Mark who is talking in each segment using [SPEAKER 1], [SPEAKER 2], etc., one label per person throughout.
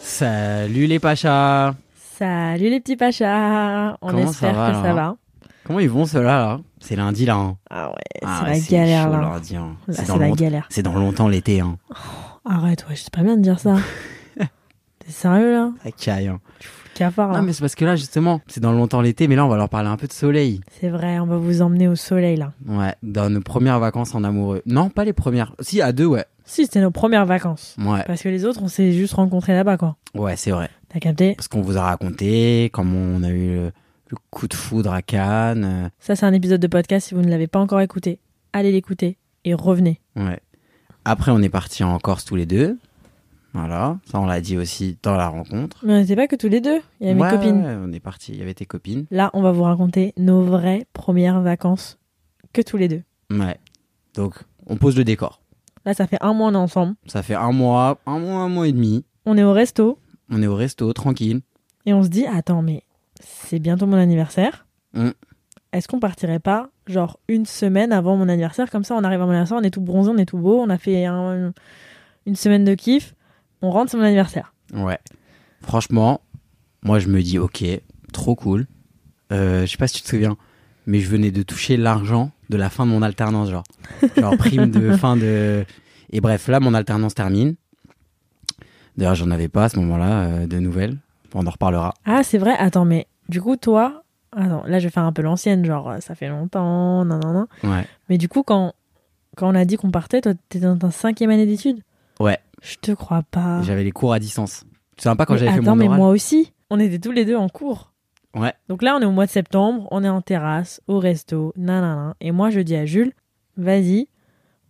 [SPEAKER 1] Salut les Pachas
[SPEAKER 2] Salut les petits pachas On
[SPEAKER 1] Comment ça
[SPEAKER 2] espère
[SPEAKER 1] va,
[SPEAKER 2] que ça
[SPEAKER 1] alors
[SPEAKER 2] va.
[SPEAKER 1] Comment ils vont ceux-là là C'est lundi là. hein.
[SPEAKER 2] Ah ouais,
[SPEAKER 1] Ah
[SPEAKER 2] c'est
[SPEAKER 1] ouais,
[SPEAKER 2] la galère
[SPEAKER 1] chaud,
[SPEAKER 2] là.
[SPEAKER 1] lundi, hein.
[SPEAKER 2] Là,
[SPEAKER 1] C'est
[SPEAKER 2] c'est
[SPEAKER 1] dans
[SPEAKER 2] la
[SPEAKER 1] longtemps-
[SPEAKER 2] galère.
[SPEAKER 1] C'est dans longtemps l'été. Hein.
[SPEAKER 2] Arrête, ouais, c'est pas bien de dire ça. T'es sérieux là
[SPEAKER 1] Ça caille. hein.
[SPEAKER 2] Cafard là.
[SPEAKER 1] Non mais c'est parce que là justement, c'est dans longtemps l'été, mais là on va leur parler un peu de soleil.
[SPEAKER 2] C'est vrai, on va vous emmener au soleil là.
[SPEAKER 1] Ouais, dans nos premières vacances en amoureux. Non, pas les premières. Si, à deux, ouais.
[SPEAKER 2] Si, c'était nos premières vacances.
[SPEAKER 1] Ouais,
[SPEAKER 2] Parce que les autres, on s'est juste rencontrés là-bas quoi.
[SPEAKER 1] ouais c'est vrai.
[SPEAKER 2] T'as capté
[SPEAKER 1] Parce qu'on vous a raconté comment on a eu le, le coup de foudre à Cannes. euh,
[SPEAKER 2] Ça, c'est un épisode de podcast. Si vous ne l'avez pas encore écouté, allez l'écouter et revenez.
[SPEAKER 1] euh, Ouais. Après, on est partis en Corse tous les deux. Voilà, ça on l'a dit aussi dans la rencontre.
[SPEAKER 2] Mais on n'était pas que tous les deux, il y avait
[SPEAKER 1] Ouais,
[SPEAKER 2] mes copines.
[SPEAKER 1] ouais, on est partis, il y avait tes copines.
[SPEAKER 2] Là, on va vous raconter nos vraies premières vacances que tous les deux.
[SPEAKER 1] Ouais. Donc, on pose le décor.
[SPEAKER 2] Là, ça fait un mois, on est ensemble.
[SPEAKER 1] Ça fait un mois, un mois, un mois et demi.
[SPEAKER 2] On est au resto
[SPEAKER 1] On est au resto, tranquille.
[SPEAKER 2] Et on se dit, attends, mais c'est bientôt mon anniversaire.
[SPEAKER 1] Mm.
[SPEAKER 2] Est-ce qu'on partirait pas, genre, une semaine avant mon anniversaire Comme ça, on arrive à mon anniversaire, on est tout bronzé, on est tout beau, on a fait un- une semaine de kiff, on rentre, c'est mon anniversaire.
[SPEAKER 1] Ouais. Franchement, moi, je me dis, ok, trop cool. Euh, je sais pas si tu te souviens, mais je venais de toucher l'argent de la fin de mon alternance, genre. Genre prime de fin de. Et bref, là, mon alternance termine. D'ailleurs, j'en avais pas à ce moment-là euh, de nouvelles. On en reparlera.
[SPEAKER 2] Ah, c'est vrai, attends, mais du coup, toi, attends, là, je vais faire un peu l'ancienne, genre, euh, ça fait longtemps, nan, nan, nan.
[SPEAKER 1] Ouais.
[SPEAKER 2] Mais du coup, quand, quand on a dit qu'on partait, toi, t'étais dans ta cinquième année d'études
[SPEAKER 1] Ouais.
[SPEAKER 2] Je te crois pas.
[SPEAKER 1] J'avais les cours à distance. Tu te souviens pas quand
[SPEAKER 2] Ah. Mais
[SPEAKER 1] j'avais fait
[SPEAKER 2] attends,
[SPEAKER 1] mon
[SPEAKER 2] mais
[SPEAKER 1] oral
[SPEAKER 2] moi aussi, on était tous les deux en cours.
[SPEAKER 1] Ouais.
[SPEAKER 2] Donc là, on est au mois de septembre, on est en terrasse, au resto, nanana. Et moi, je dis à Jules, vas-y,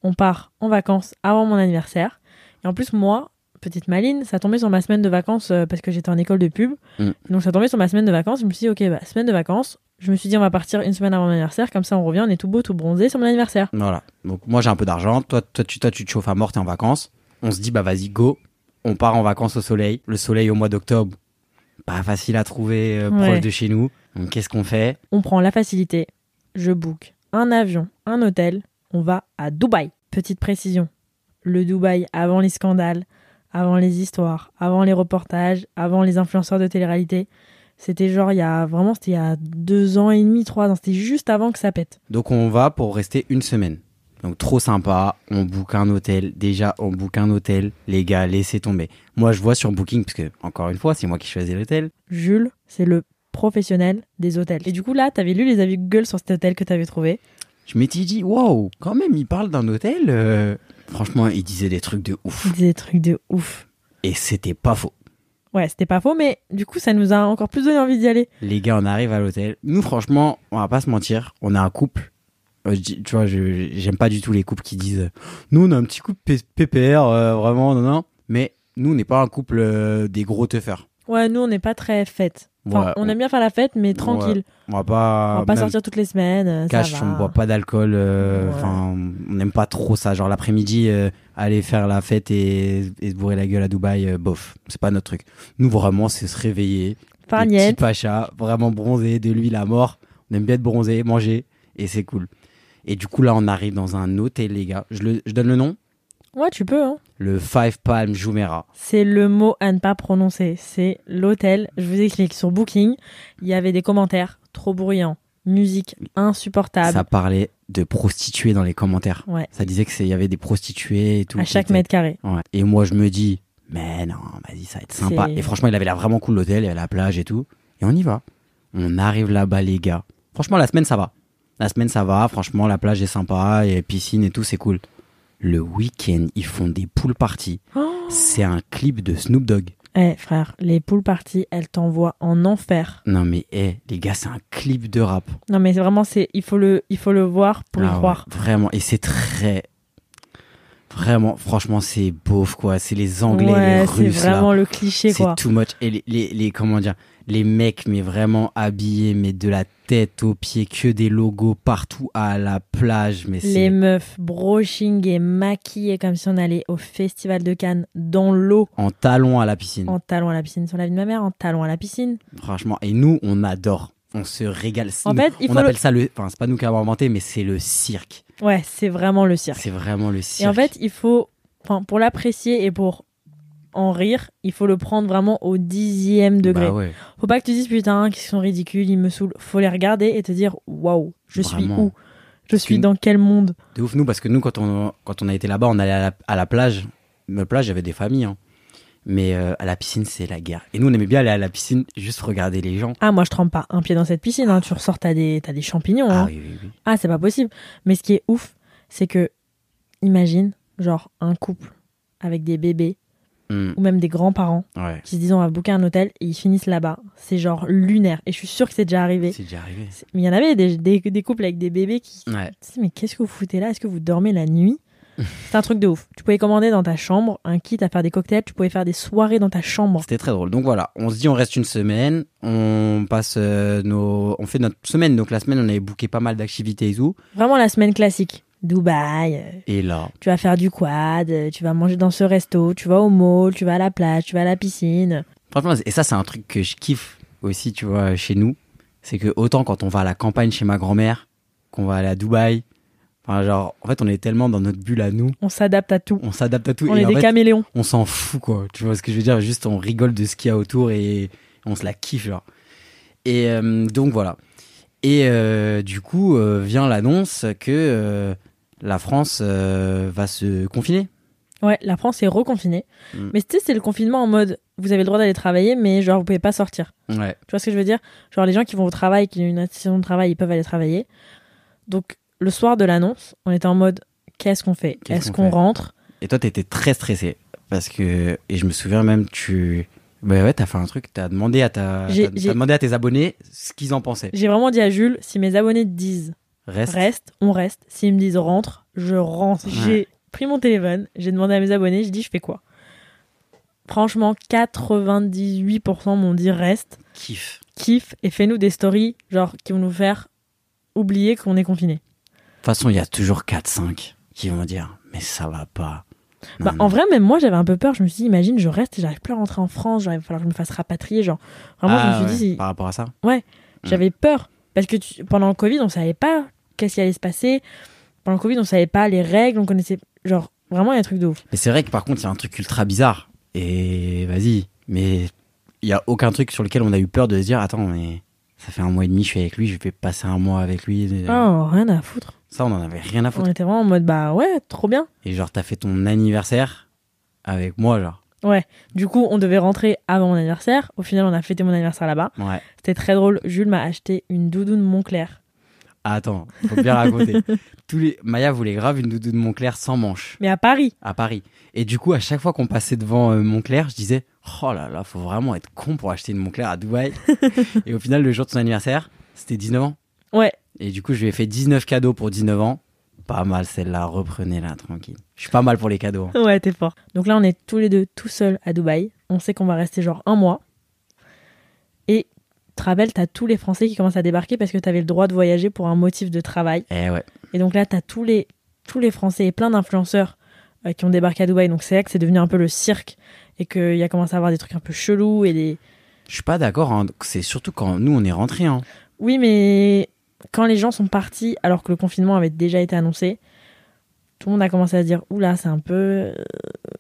[SPEAKER 2] on part en vacances avant mon anniversaire. Et en plus, moi, petite maline, ça tombait sur ma semaine de vacances euh, parce que j'étais en école de pub.
[SPEAKER 1] Mm.
[SPEAKER 2] Donc ça tombait sur ma semaine de vacances. Je me suis dit, ok, bah, semaine de vacances. Je me suis dit, on va partir une semaine avant mon anniversaire. Comme ça, on revient, on est tout beau, tout bronzé sur mon anniversaire.
[SPEAKER 1] Voilà. Donc moi j'ai un peu d'argent, toi, toi, tu, toi tu te chauffes à mort, t'es en vacances. On se dit bah vas-y go, on part en vacances au soleil. Le soleil au mois d'octobre, pas facile à trouver euh,
[SPEAKER 2] Ouais.
[SPEAKER 1] proche de chez nous. Donc qu'est-ce qu'on fait
[SPEAKER 2] On prend la facilité. Je book un avion, un hôtel. On va à Dubaï. Petite précision. Le Dubaï avant les scandales, avant les histoires, avant les reportages, avant les influenceurs de télé-réalité. C'était genre il y a vraiment c'était il y a deux ans et demi, trois ans. C'était juste avant que ça pète.
[SPEAKER 1] Donc on va pour rester une semaine. Donc trop sympa, on book un hôtel. Déjà on book un hôtel, les gars laissez tomber. Moi je vois sur Booking parce que encore une fois c'est moi qui choisis l'hôtel.
[SPEAKER 2] Jules, c'est le professionnel des hôtels. Et du coup là, t'avais lu les avis Google sur cet hôtel que t'avais trouvé.
[SPEAKER 1] Je m'étais dit waouh quand même il parle d'un hôtel. euh. Franchement il disait des trucs de ouf
[SPEAKER 2] Des trucs de ouf.
[SPEAKER 1] et c'était pas faux.
[SPEAKER 2] Ouais, c'était pas faux, mais du coup ça nous a encore plus donné envie d'y aller.
[SPEAKER 1] Les gars, on arrive à l'hôtel. Nous, franchement, on va pas se mentir, on est un couple. Euh, je dis- tu vois, je- j'aime pas du tout les couples qui disent euh, Nous, on a un petit couple P- PPR, euh, vraiment, non, non. Mais nous, on n'est pas un couple euh, des gros teufeurs.
[SPEAKER 2] Ouais, nous on n'est pas très fête. Enfin,
[SPEAKER 1] Ouais,
[SPEAKER 2] on
[SPEAKER 1] on-
[SPEAKER 2] aime bien faire la fête, mais tranquille.
[SPEAKER 1] On va pas.
[SPEAKER 2] on va pas
[SPEAKER 1] même
[SPEAKER 2] sortir toutes les semaines. euh,
[SPEAKER 1] Cash,
[SPEAKER 2] ça va.
[SPEAKER 1] on boit pas d'alcool. euh,
[SPEAKER 2] Ouais.
[SPEAKER 1] Enfin, on n'aime pas trop ça. Genre, l'après-midi, euh, aller faire la fête et, et se bourrer la gueule à Dubaï, euh, bof. C'est pas notre truc. Nous, vraiment, c'est se réveiller. Des petits
[SPEAKER 2] Farniente.
[SPEAKER 1] pachas, vraiment bronzé, de l'huile à mort. On aime bien être bronzé, manger, et c'est cool. Et du coup, là, on arrive dans un hôtel, les gars. Je, le- je donne le nom
[SPEAKER 2] Ouais, tu peux. Hein.
[SPEAKER 1] Le Five Palm Jumeirah.
[SPEAKER 2] C'est le mot à ne pas prononcer. C'est l'hôtel. Je vous explique. Sur Booking, il y avait des commentaires trop bruyants, musique insupportable.
[SPEAKER 1] Ça parlait de prostituées dans les commentaires.
[SPEAKER 2] Ouais.
[SPEAKER 1] Ça disait que c'est- il y avait des prostituées et tout.
[SPEAKER 2] à
[SPEAKER 1] qui
[SPEAKER 2] chaque
[SPEAKER 1] étaient-
[SPEAKER 2] mètre carré.
[SPEAKER 1] Ouais. Et moi, je me dis, mais non, vas-y, ça va être sympa.
[SPEAKER 2] C'est-
[SPEAKER 1] Et franchement, il avait l'air vraiment cool l'hôtel, il y avait la plage et tout. Et on y va. On arrive là-bas, les gars. Franchement, la semaine, ça va. La semaine, ça va. Franchement, la plage est sympa, et piscine et tout, c'est cool. Le week-end, ils font des pool parties.
[SPEAKER 2] Oh
[SPEAKER 1] C'est un clip de Snoop Dogg.
[SPEAKER 2] Eh frère, les pool parties, elles t'envoient en enfer.
[SPEAKER 1] Non, mais hé, les gars, c'est un clip de rap.
[SPEAKER 2] Non mais c'est vraiment, c'est il faut le, il faut le voir pour
[SPEAKER 1] Ah
[SPEAKER 2] y
[SPEAKER 1] ouais,
[SPEAKER 2] croire.
[SPEAKER 1] vraiment, et c'est très. Vraiment, franchement, c'est beauf, quoi. C'est les Anglais, les
[SPEAKER 2] ouais, c'est
[SPEAKER 1] Russes, là.
[SPEAKER 2] vraiment le cliché
[SPEAKER 1] C'est
[SPEAKER 2] quoi.
[SPEAKER 1] too much. Et les, les, les- comment dire, les mecs, mais vraiment habillés, mais de la tête aux pieds, que des logos partout à la plage. Mais
[SPEAKER 2] Les
[SPEAKER 1] c'est.
[SPEAKER 2] meufs broching et maquillées comme si on allait au festival de Cannes dans l'eau,
[SPEAKER 1] En talons à la piscine.
[SPEAKER 2] en talons à la piscine. Sur la vie de ma mère, en talons à la piscine.
[SPEAKER 1] Franchement. Et nous, on adore. On se régale.
[SPEAKER 2] En fait, il
[SPEAKER 1] on
[SPEAKER 2] faut le-
[SPEAKER 1] appelle ça le. Enfin, c'est pas nous qui avons inventé, mais c'est le cirque.
[SPEAKER 2] Ouais, c'est vraiment le cirque.
[SPEAKER 1] C'est vraiment le cirque.
[SPEAKER 2] Et en fait, il faut, enfin, pour l'apprécier et pour en rire, il faut le prendre vraiment au dixième degré.
[SPEAKER 1] Bah ouais.
[SPEAKER 2] Faut pas que tu dises putain, qu'ils sont ridicules, ils me saoulent. Faut les regarder et te dire waouh, je suis
[SPEAKER 1] Vraiment.
[SPEAKER 2] où Je suis
[SPEAKER 1] Qu'une-
[SPEAKER 2] dans quel monde
[SPEAKER 1] De ouf, nous, parce que nous, quand on, quand on a été là-bas, on allait à la, à la plage. La plage, j'avais des familles. hein. Mais euh, à la piscine, c'est la guerre. Et nous, on aimait bien aller à la piscine, juste regarder les gens.
[SPEAKER 2] Ah, moi je trempe pas un pied dans cette piscine, hein. tu ressors, t'as des, t'as des champignons. hein.
[SPEAKER 1] Ah oui, oui, oui.
[SPEAKER 2] Ah, c'est pas possible. Mais ce qui est ouf, c'est que, imagine, genre, un couple avec des bébés
[SPEAKER 1] Hmm,
[SPEAKER 2] ou même des grands-parents
[SPEAKER 1] ouais,
[SPEAKER 2] qui se disent on va booker un hôtel et ils finissent là-bas. C'est genre lunaire. Et je suis sûre que c'est déjà arrivé.
[SPEAKER 1] c'est déjà arrivé.
[SPEAKER 2] C'est- Mais il y en avait des, des, des couples avec des bébés qui. se
[SPEAKER 1] Ouais.
[SPEAKER 2] disaient, mais qu'est-ce que vous foutez là Est-ce que vous dormez la nuit C'est un truc de ouf. Tu pouvais commander dans ta chambre un kit à faire des cocktails, tu pouvais faire des soirées dans ta chambre.
[SPEAKER 1] C'était très drôle. Donc voilà, on se dit on reste une semaine, on passe euh, nos, on fait notre semaine. Donc la semaine, on avait booké pas mal d'activités et tout.
[SPEAKER 2] Vraiment la semaine classique. Dubaï, euh,
[SPEAKER 1] Et là,
[SPEAKER 2] tu vas faire du quad, euh, tu vas manger dans ce resto, tu vas au mall, tu vas à la plage, tu vas à la piscine.
[SPEAKER 1] franchement, et ça c'est un truc que je kiffe aussi, tu vois, chez nous, c'est que autant quand on va à la campagne chez ma grand-mère, qu'on va aller à Dubaï, enfin genre, en fait, on est tellement dans notre bulle à nous,
[SPEAKER 2] On s'adapte à tout.
[SPEAKER 1] on s'adapte à tout
[SPEAKER 2] On
[SPEAKER 1] et
[SPEAKER 2] est
[SPEAKER 1] en
[SPEAKER 2] des
[SPEAKER 1] fait,
[SPEAKER 2] caméléons.
[SPEAKER 1] on s'en fout quoi. Tu vois ce que je veux dire Juste on rigole de ce qu'il y a autour et on se la kiffe genre. Et euh, donc voilà. Et euh, du coup euh, vient l'annonce que euh, la France euh, va se confiner.
[SPEAKER 2] Ouais, la France est reconfinée.
[SPEAKER 1] Mm.
[SPEAKER 2] Mais tu sais, c'est le confinement en mode vous avez le droit d'aller travailler, mais genre vous pouvez pas sortir.
[SPEAKER 1] Ouais.
[SPEAKER 2] Tu vois ce que je veux dire Genre les gens qui vont au travail, qui ont une attestation de travail, ils peuvent aller travailler. Donc le soir de l'annonce, on était en mode qu'est-ce qu'on fait
[SPEAKER 1] Qu'est-ce
[SPEAKER 2] Est-ce
[SPEAKER 1] qu'on
[SPEAKER 2] qu'on
[SPEAKER 1] fait
[SPEAKER 2] rentre
[SPEAKER 1] Et toi t'étais très stressé parce que et je me souviens même tu bah ouais t'as fait un truc t'as demandé à ta
[SPEAKER 2] J'ai-
[SPEAKER 1] t'as-
[SPEAKER 2] j'ai-
[SPEAKER 1] t'as demandé à tes abonnés ce qu'ils en pensaient.
[SPEAKER 2] J'ai vraiment dit à Jules si mes abonnés disent
[SPEAKER 1] Reste.
[SPEAKER 2] reste, on reste. S'ils me disent rentre, je rentre.
[SPEAKER 1] Ouais.
[SPEAKER 2] J'ai pris mon téléphone, j'ai demandé à mes abonnés, je dis je fais quoi Franchement, 98% m'ont dit reste,
[SPEAKER 1] Kiff.
[SPEAKER 2] kiffe et fais-nous des stories genre qui vont nous faire oublier qu'on est confiné.
[SPEAKER 1] De toute façon il y a toujours 4-5 qui vont dire mais ça va pas. Non,
[SPEAKER 2] Bah,
[SPEAKER 1] non.
[SPEAKER 2] en vrai, même moi, j'avais un peu peur. Je me suis dit, imagine, je reste et j'arrive plus à rentrer en France. Genre, il va falloir que je me fasse rapatrier. Genre, vraiment,
[SPEAKER 1] Ah
[SPEAKER 2] je me suis
[SPEAKER 1] ouais, hmm.
[SPEAKER 2] dit,
[SPEAKER 1] par rapport à ça.
[SPEAKER 2] j'avais peur. Parce que tu- pendant le Covid, on savait pas qu'est-ce qui allait se passer. Pendant le Covid, on savait pas les règles. On connaissait. Genre, vraiment, il y a un truc de ouf.
[SPEAKER 1] Mais c'est vrai que par contre, il y a un truc ultra bizarre. Et vas-y, mais il y a aucun truc sur lequel on a eu peur de se dire attends, mais ça fait un mois et demi, je suis avec lui, je vais passer un mois avec lui.
[SPEAKER 2] Oh, rien à foutre.
[SPEAKER 1] Ça, on en avait rien à
[SPEAKER 2] On
[SPEAKER 1] foutre.
[SPEAKER 2] était vraiment en mode, bah ouais, trop bien.
[SPEAKER 1] Et genre, t'as fait ton anniversaire avec moi, genre.
[SPEAKER 2] Du coup, on devait rentrer avant mon anniversaire. Au final, on a fêté mon anniversaire là-bas.
[SPEAKER 1] Ouais.
[SPEAKER 2] C'était très drôle. Jules m'a acheté une doudoune Montclair.
[SPEAKER 1] Ah, attends, faut bien raconter. Tous les... Maya voulait grave une doudoune Montclair sans manche
[SPEAKER 2] Mais à Paris.
[SPEAKER 1] à Paris. Et du coup, à chaque fois qu'on passait devant euh, Montclair, je disais oh là là, faut vraiment être con pour acheter une Montclair à Dubaï. et au final, le jour de son anniversaire, c'était 19 ans.
[SPEAKER 2] Ouais.
[SPEAKER 1] Et du coup, je lui ai fait 19 cadeaux pour 19 ans. Pas mal celle-là, reprenez-la tranquille. Je suis pas mal pour les cadeaux. hein.
[SPEAKER 2] Ouais, t'es fort. Donc là, on est tous les deux tout seuls à Dubaï. On sait qu'on va rester genre un mois. Et tu te rappelles, t'as tous les Français qui commencent à débarquer parce que t'avais le droit de voyager pour un motif de travail.
[SPEAKER 1] Eh ouais.
[SPEAKER 2] Et donc là, t'as tous les, tous les Français et plein d'influenceurs euh, qui ont débarqué à Dubaï. Donc c'est là que c'est devenu un peu le cirque et qu'il y a commencé à avoir des trucs un peu chelous et des.
[SPEAKER 1] Je suis pas d'accord, hein. c'est surtout quand nous on est rentrés. Hein.
[SPEAKER 2] Oui, mais quand les gens sont partis alors que le confinement avait déjà été annoncé, tout le monde a commencé à se dire oula, c'est un peu. euh,